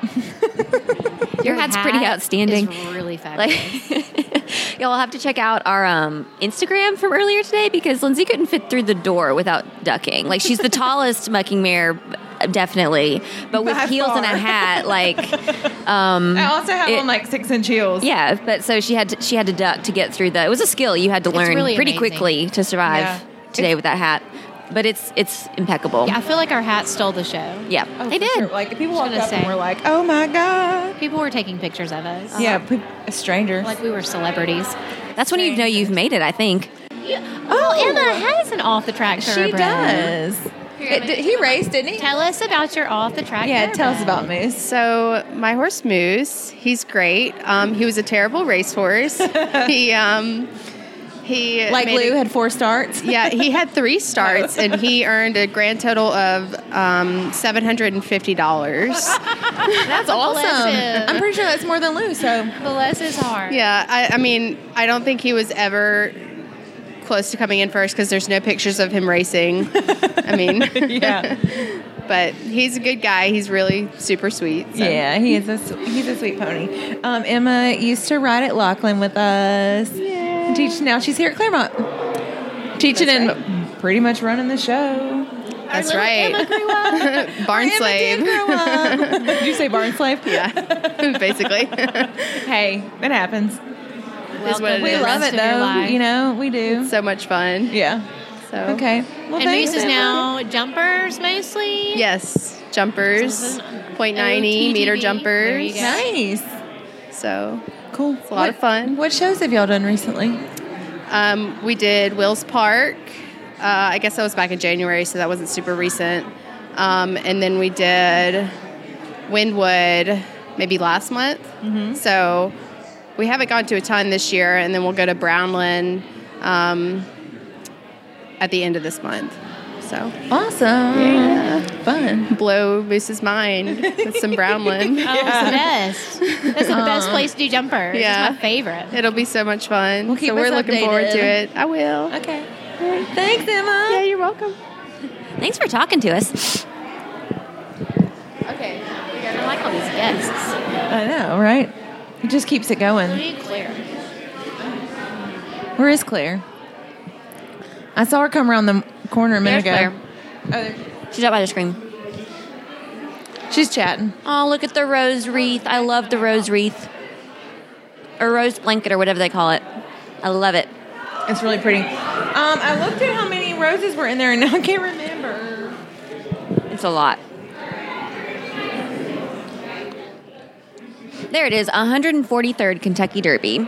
Speaker 1: your, hat's pretty
Speaker 3: hat
Speaker 1: outstanding.
Speaker 3: Is really fabulous.
Speaker 1: (laughs) Like, (laughs) y'all have to check out our um, Instagram from earlier today because Lindsay couldn't fit through the door without ducking. Like she's the tallest mucking mare, definitely, but with
Speaker 2: By
Speaker 1: heels and a
Speaker 2: far.
Speaker 1: hat, like
Speaker 2: I also have
Speaker 1: It-
Speaker 2: on like six inch heels.
Speaker 1: yeah. But so she had to, she had to duck to get through the. It was a skill you had to learn
Speaker 3: really
Speaker 1: pretty
Speaker 3: amazing.
Speaker 1: quickly to survive
Speaker 2: Yeah.
Speaker 1: today with that hat. But it's it's impeccable.
Speaker 3: yeah, I feel like our hat stole the show.
Speaker 1: Yeah,
Speaker 2: Oh,
Speaker 1: they
Speaker 2: for
Speaker 1: did.
Speaker 2: sure. Like people walked
Speaker 3: gonna
Speaker 2: up and
Speaker 3: say.
Speaker 2: were like, "Oh my god!"
Speaker 3: People were taking pictures of us.
Speaker 2: yeah, Oh. pe- a stranger.
Speaker 3: Like we were celebrities.
Speaker 1: That's when you know you've made it. I think.
Speaker 3: Oh, Emma has an off the track
Speaker 2: she does. It- did- he raced, didn't he?
Speaker 3: Tell us about your off the track.
Speaker 2: Yeah, tell us about Moose.
Speaker 4: So my horse Moose, he's great. Um, he was a terrible
Speaker 2: (laughs)
Speaker 4: racehorse. he um, he
Speaker 2: Like
Speaker 4: made
Speaker 2: Lou
Speaker 4: a-
Speaker 2: had four starts.
Speaker 4: (laughs) yeah, he had three starts and he earned a grand total of um, seven hundred and fifty dollars.
Speaker 2: (laughs)
Speaker 3: That's
Speaker 2: Awesome. I'm pretty sure that's more than Lou. So
Speaker 3: Bless his heart.
Speaker 4: Yeah, I, I mean, I don't think he was ever close to coming in first because there's no pictures of him racing. I
Speaker 2: (laughs) (laughs)
Speaker 4: mean, (laughs)
Speaker 2: yeah,
Speaker 4: but he's a good guy. He's really super sweet. so.
Speaker 2: yeah, he is a s- he's a sweet pony. Um, Emma used to ride at Lachlan with us. Yeah. Teach now she's here at Claremont, teaching and pretty much running the show.
Speaker 4: that's right. (laughs) Barn
Speaker 2: Emma did
Speaker 4: slave.
Speaker 2: grow
Speaker 3: (laughs)
Speaker 2: up. did you say barn slave?
Speaker 4: Yeah, (laughs)
Speaker 2: (laughs)
Speaker 4: basically.
Speaker 2: Hey, it happens.
Speaker 4: is what it
Speaker 2: We
Speaker 4: is.
Speaker 2: love it though. You know, we do.
Speaker 4: so much fun.
Speaker 2: yeah.
Speaker 4: So
Speaker 2: Okay. Well,
Speaker 3: and
Speaker 2: thanks,
Speaker 3: Moose is
Speaker 2: Emma.
Speaker 3: now jumpers mostly.
Speaker 4: Yes, jumpers,
Speaker 3: OTGB.
Speaker 4: 0.90 meter
Speaker 3: There you
Speaker 4: jumpers.
Speaker 3: go.
Speaker 2: Nice.
Speaker 4: So
Speaker 2: Cool.
Speaker 4: a lot of fun.
Speaker 2: What shows have y'all done recently?
Speaker 4: um, we did Wills Park. Uh, I guess that was back in January, so that wasn't super recent. Um, and then we did Windwood maybe last month. So we haven't gone to a ton this year, and then we'll go to Brownland um, at the end of this month. So
Speaker 2: Awesome. Fun.
Speaker 4: blow Moose's mind with some Brownland.
Speaker 3: Oh, it's the best. That's the best place to do jumpers.
Speaker 4: Yeah.
Speaker 3: It's my favorite.
Speaker 4: It'll be so much fun.
Speaker 2: Well, keep
Speaker 4: so we're
Speaker 2: us
Speaker 4: looking forward to
Speaker 2: updated.
Speaker 4: it. I will.
Speaker 2: Okay. Thanks,
Speaker 4: Yeah,
Speaker 2: Emma.
Speaker 4: you're welcome.
Speaker 1: Thanks for talking to us.
Speaker 4: Okay.
Speaker 3: I like all these guests.
Speaker 2: I know, right? It just keeps it
Speaker 3: We
Speaker 2: going.
Speaker 3: need Claire.
Speaker 2: Where is Claire? I saw her come around the corner a minute
Speaker 1: There's
Speaker 2: ago. Oh, there-
Speaker 1: She's up by the screen.
Speaker 2: she's chatting.
Speaker 1: Oh, look at the rose wreath. I love the rose wreath. Or rose blanket or whatever they call it. I love it.
Speaker 2: It's really pretty. Um, I looked at how many roses were in there, and (laughs) now I can't remember.
Speaker 1: It's a lot. There it is, 143rd Kentucky Derby.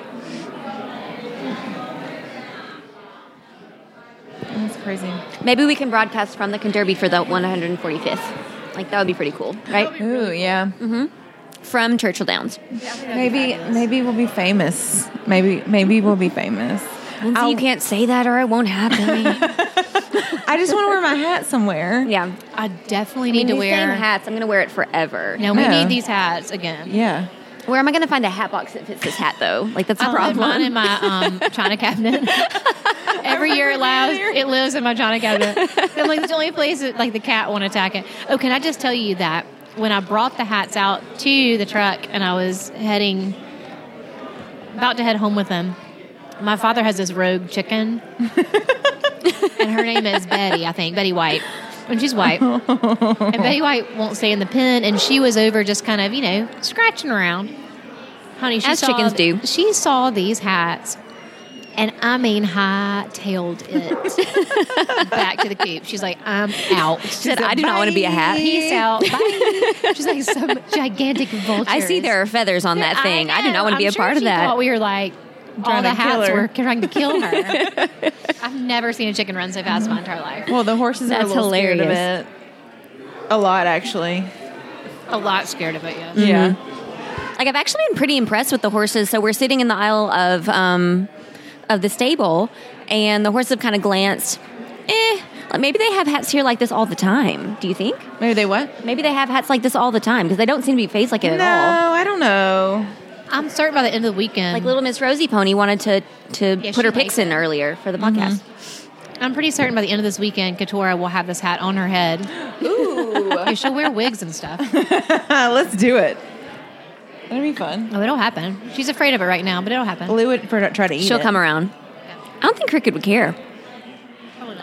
Speaker 2: That's crazy.
Speaker 1: Maybe we can broadcast from the Kentucky Derby for the 145th. Like that would be pretty cool, right?
Speaker 2: Ooh, yeah.
Speaker 1: From Churchill Downs.
Speaker 2: Maybe, maybe we'll be famous. Maybe, maybe we'll be famous.
Speaker 1: Lindsay,
Speaker 2: I'll-
Speaker 1: you can't say that or it won't happen.
Speaker 2: I just want to wear my hat somewhere.
Speaker 1: (laughs) yeah.
Speaker 3: I definitely
Speaker 1: I mean,
Speaker 3: need to
Speaker 1: these
Speaker 3: wear.
Speaker 1: same hats. I'm going to wear it forever.
Speaker 3: No, we
Speaker 2: No.
Speaker 3: need these hats again.
Speaker 2: Yeah.
Speaker 1: Where am I going to find a hat box that fits this hat though? Like that's a
Speaker 3: I live mine
Speaker 1: problem.
Speaker 3: in my um, china cabinet. (laughs) Every year it lives, it lives in my china cabinet. (laughs) I'm like, it's the only place that like the cat won't attack it. Oh, can I just tell you that when I brought the hats out to the truck and I was heading, about to head home with them, my father has this
Speaker 1: (laughs)
Speaker 3: rogue chicken, and her name is Betty, I think Betty White, and she's white. And Betty White won't stay in the pen, and she was over just kind of you know scratching around. Honey, she
Speaker 1: As
Speaker 3: saw
Speaker 1: chickens do.
Speaker 3: She saw these hats, and I mean, high-tailed
Speaker 1: (laughs)
Speaker 3: it back to the coop. She's like, "I'm out."
Speaker 1: She said, I do not want to be a hat.
Speaker 3: Peace out. Bye.
Speaker 1: (laughs)
Speaker 3: She's like some gigantic vulture.
Speaker 1: I see there are feathers on that thing. I, do not want to be
Speaker 3: I'm
Speaker 1: a
Speaker 3: sure
Speaker 1: part of
Speaker 3: she
Speaker 1: that.
Speaker 3: Thought we were like all
Speaker 2: Trying
Speaker 3: the
Speaker 2: to kill
Speaker 3: hats
Speaker 2: her.
Speaker 3: were trying to kill her. (laughs) I've never seen a chicken run so fast in my entire life.
Speaker 2: Well, the horses are a
Speaker 1: That's
Speaker 2: little scared
Speaker 1: hilarious.
Speaker 2: of it. A lot, actually.
Speaker 3: A lot scared of it. Yeah.
Speaker 1: Mm-hmm.
Speaker 2: Yeah.
Speaker 1: like I've actually been pretty impressed with the horses. So we're sitting in the aisle of um, of the stable, and the horses have kind of glanced. Eh, like, maybe they have hats here like this all the time. Do you think?
Speaker 2: Maybe they what?
Speaker 1: Maybe they have hats like this all the time because they don't seem to be phased like it
Speaker 2: No,
Speaker 1: at all.
Speaker 2: I don't know. (laughs)
Speaker 3: I'm certain by the end of the weekend.
Speaker 1: Like Little Miss Rosie Pony wanted to to
Speaker 3: Yeah,
Speaker 1: put
Speaker 3: she Mm-hmm.
Speaker 1: her picks
Speaker 3: likes
Speaker 1: in earlier for the podcast.
Speaker 3: I'm pretty certain by the end of this weekend, Katora will have this hat on her head. (laughs) Yeah, she'll wear wigs
Speaker 1: (laughs)
Speaker 3: and stuff. No,
Speaker 2: Let's do it. That'd be fun.
Speaker 3: it'll happen. She's afraid of it right now, but it'll happen.
Speaker 2: Lou would pr- try to eat
Speaker 1: She'll
Speaker 2: it.
Speaker 1: come around. I don't think Cricket would care,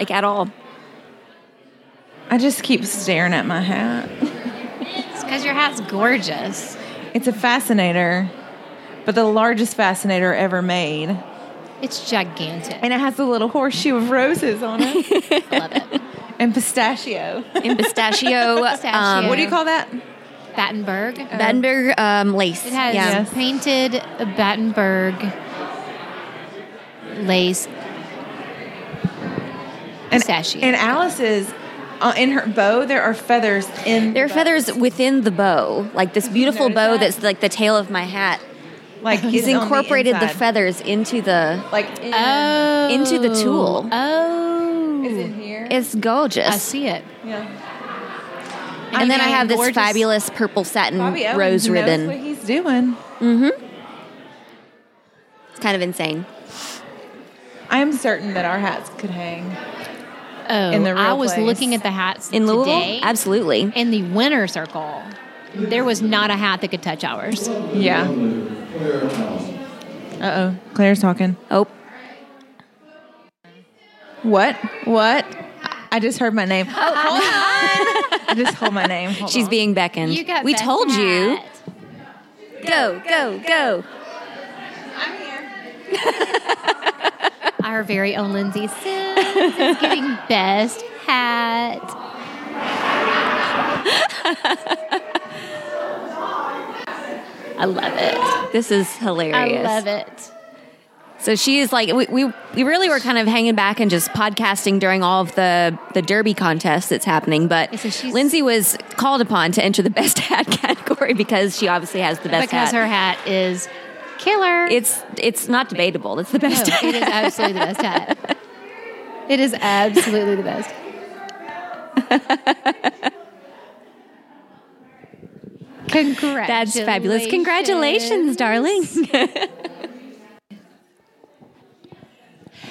Speaker 1: like at all.
Speaker 2: I just keep staring at my hat.
Speaker 3: It's because your hat's gorgeous.
Speaker 2: It's a fascinator, but the largest fascinator ever made.
Speaker 3: It's gigantic.
Speaker 2: And it has a little horseshoe of roses on it
Speaker 1: (laughs)
Speaker 3: I love it.
Speaker 2: and pistachio.
Speaker 3: (laughs)
Speaker 1: In pistachio,
Speaker 3: Pistachio.
Speaker 1: um,
Speaker 2: What do you call that?
Speaker 3: Battenberg.
Speaker 1: Battenberg um, lace.
Speaker 3: It has
Speaker 1: yeah.
Speaker 2: Yes.
Speaker 3: painted Battenberg lace.
Speaker 2: And,
Speaker 3: Pistachio.
Speaker 2: And Alice's, uh, in her bow, there are feathers in
Speaker 1: There are feathers within the bow, like this beautiful
Speaker 2: noticed
Speaker 1: bow
Speaker 2: that?
Speaker 1: that's like the tail of my hat.
Speaker 2: like
Speaker 1: He's
Speaker 2: is on
Speaker 1: incorporated the,
Speaker 2: inside.
Speaker 1: feathers into the.
Speaker 2: Like in,
Speaker 3: Oh.
Speaker 1: Into the tulle.
Speaker 3: Oh.
Speaker 2: is it here?
Speaker 1: It's gorgeous.
Speaker 3: I see it.
Speaker 2: yeah.
Speaker 1: and then I
Speaker 3: again,
Speaker 1: have this
Speaker 3: gorgeous-
Speaker 1: fabulous purple satin
Speaker 2: Bobby Owens
Speaker 1: rose
Speaker 2: knows
Speaker 1: ribbon.
Speaker 2: what he's doing.
Speaker 1: It's kind of insane.
Speaker 2: I am certain that our hats could hang.
Speaker 3: Oh,
Speaker 2: in the real
Speaker 3: I was
Speaker 2: place.
Speaker 3: looking at the hats
Speaker 1: In Louisville?
Speaker 3: today.
Speaker 1: Absolutely.
Speaker 3: in the winner circle, there was not a hat that could touch ours.
Speaker 2: Yeah. Uh oh, Claire's talking.
Speaker 1: Oh,
Speaker 2: What? What? I just heard my name. Oh, hold on. (laughs) I just hold my name. Hold
Speaker 1: she's
Speaker 2: on.
Speaker 1: being beckoned. we
Speaker 3: best
Speaker 1: told you.
Speaker 3: hat.
Speaker 1: Go, go, go.
Speaker 2: I'm here.
Speaker 3: Our very own Lindsay Sims (laughs) is getting best hat. (laughs) I love it.
Speaker 1: This is hilarious.
Speaker 3: I love it.
Speaker 1: So she is like, we, we, we really were kind of hanging back and just podcasting during all of the, the derby contest that's happening. But
Speaker 3: Yeah, so she's-
Speaker 1: Lindsay was called upon to enter the (laughs) best hat category because she obviously has the best
Speaker 3: because
Speaker 1: hat.
Speaker 3: her hat is killer.
Speaker 1: it's, it's not debatable. It's the
Speaker 3: No,
Speaker 1: best
Speaker 3: (laughs) it is
Speaker 1: hat. (laughs)
Speaker 3: absolutely the best hat. It is absolutely the (laughs) best. Congratulations.
Speaker 1: That's fabulous. Congratulations, darling.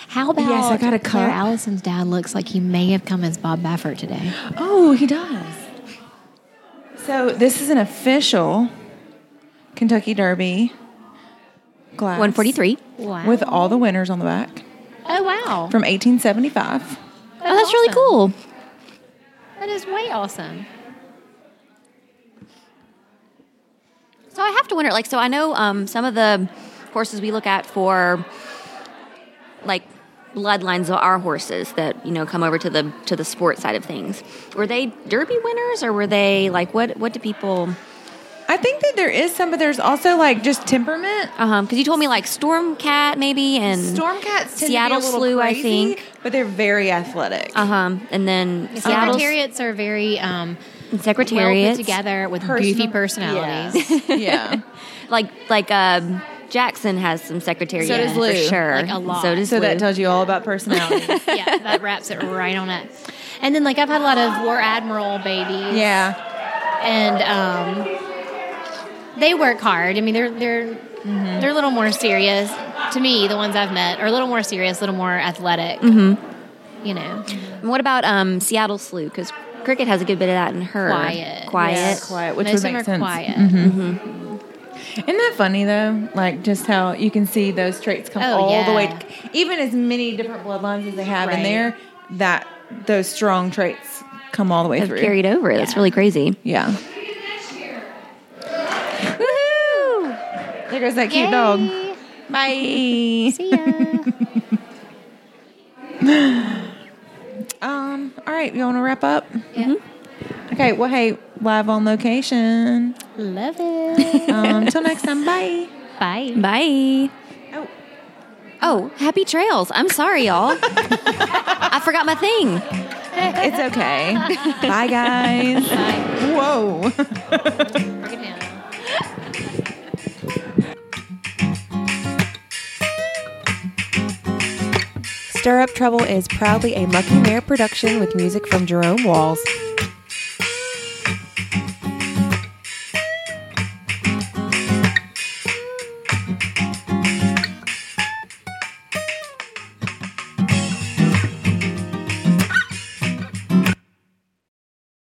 Speaker 3: How about
Speaker 2: Yes, I got a
Speaker 3: Claire
Speaker 2: cup.
Speaker 3: Allison's dad looks like he may have come as Bob Baffert today.
Speaker 2: Oh, he does. So this is an official Kentucky Derby glass.
Speaker 1: 143.
Speaker 3: Wow.
Speaker 2: With all the winners on the back
Speaker 3: oh, wow.
Speaker 2: from 1875.
Speaker 3: oh,
Speaker 1: Oh, that's really cool.
Speaker 3: That is way awesome.
Speaker 1: So I have to wonder, like, so I know um, some of the horses we look at for, like, bloodlines of our horses that you know come over to the to the sport side of things. Were they Derby winners, or were they like what? What do people?
Speaker 2: I think that there is some, but there's also like just temperament.
Speaker 1: Because uh-huh, you told me like Stormcat maybe, and
Speaker 2: Stormcats tend
Speaker 1: Mm-hmm. Seattle
Speaker 2: to be a little
Speaker 1: Slew, I
Speaker 2: crazy,
Speaker 1: think.
Speaker 2: but they're very athletic.
Speaker 1: uh huh, and then Seattle
Speaker 3: Secretariats are very um, well
Speaker 1: Secretariat
Speaker 3: put together with goofy
Speaker 2: Personal-
Speaker 3: personalities.
Speaker 2: Yeah. (laughs) yeah.
Speaker 1: Like like um, Jackson has some secretariat
Speaker 2: So does
Speaker 1: for
Speaker 2: Lou.
Speaker 1: sure.
Speaker 3: Like, a lot.
Speaker 1: So does
Speaker 2: So that
Speaker 1: Lou.
Speaker 2: tells you all about personality.
Speaker 3: yeah, that wraps it right on up. And then, like, I've had a lot of War Admiral
Speaker 2: (laughs)
Speaker 3: babies.
Speaker 2: yeah.
Speaker 3: And um, they work hard. I mean, they're, they're, they're a little more serious. To me, the ones I've met are a little more serious, a little more athletic. You know,
Speaker 1: And what about um, Seattle Slew? Because Cricket has a good bit of that in her.
Speaker 3: Quiet.
Speaker 1: Quiet.
Speaker 2: Yeah, quiet, which
Speaker 3: most
Speaker 2: would make
Speaker 3: of them
Speaker 2: sense. Mm-hmm.
Speaker 3: are quiet.
Speaker 2: Isn't that funny though? Like just how you can see those traits come
Speaker 3: Oh,
Speaker 2: all the
Speaker 3: yeah.
Speaker 2: way, even as many different bloodlines as they have in
Speaker 3: Right.
Speaker 2: there, that those strong traits come all the way
Speaker 1: have
Speaker 2: through.
Speaker 1: carried over. That's really crazy.
Speaker 2: yeah.
Speaker 1: Woohoo!
Speaker 2: There goes that cute
Speaker 3: Yay.
Speaker 2: dog. (laughs) Bye.
Speaker 3: See ya.
Speaker 2: Um. All right. You want to wrap up?
Speaker 3: Yeah.
Speaker 2: Okay. Well, hey, live on location.
Speaker 3: Love it.
Speaker 2: Um, until next time. Bye.
Speaker 3: Bye.
Speaker 1: Bye.
Speaker 2: Oh.
Speaker 1: Oh, happy trails. I'm sorry, (laughs) y'all. I forgot my thing.
Speaker 2: It's okay. Bye, guys.
Speaker 3: Bye.
Speaker 2: Whoa.
Speaker 3: Break it down.
Speaker 5: Stir Up Trouble is proudly a Mucky Mare production with music from Jerome Walls.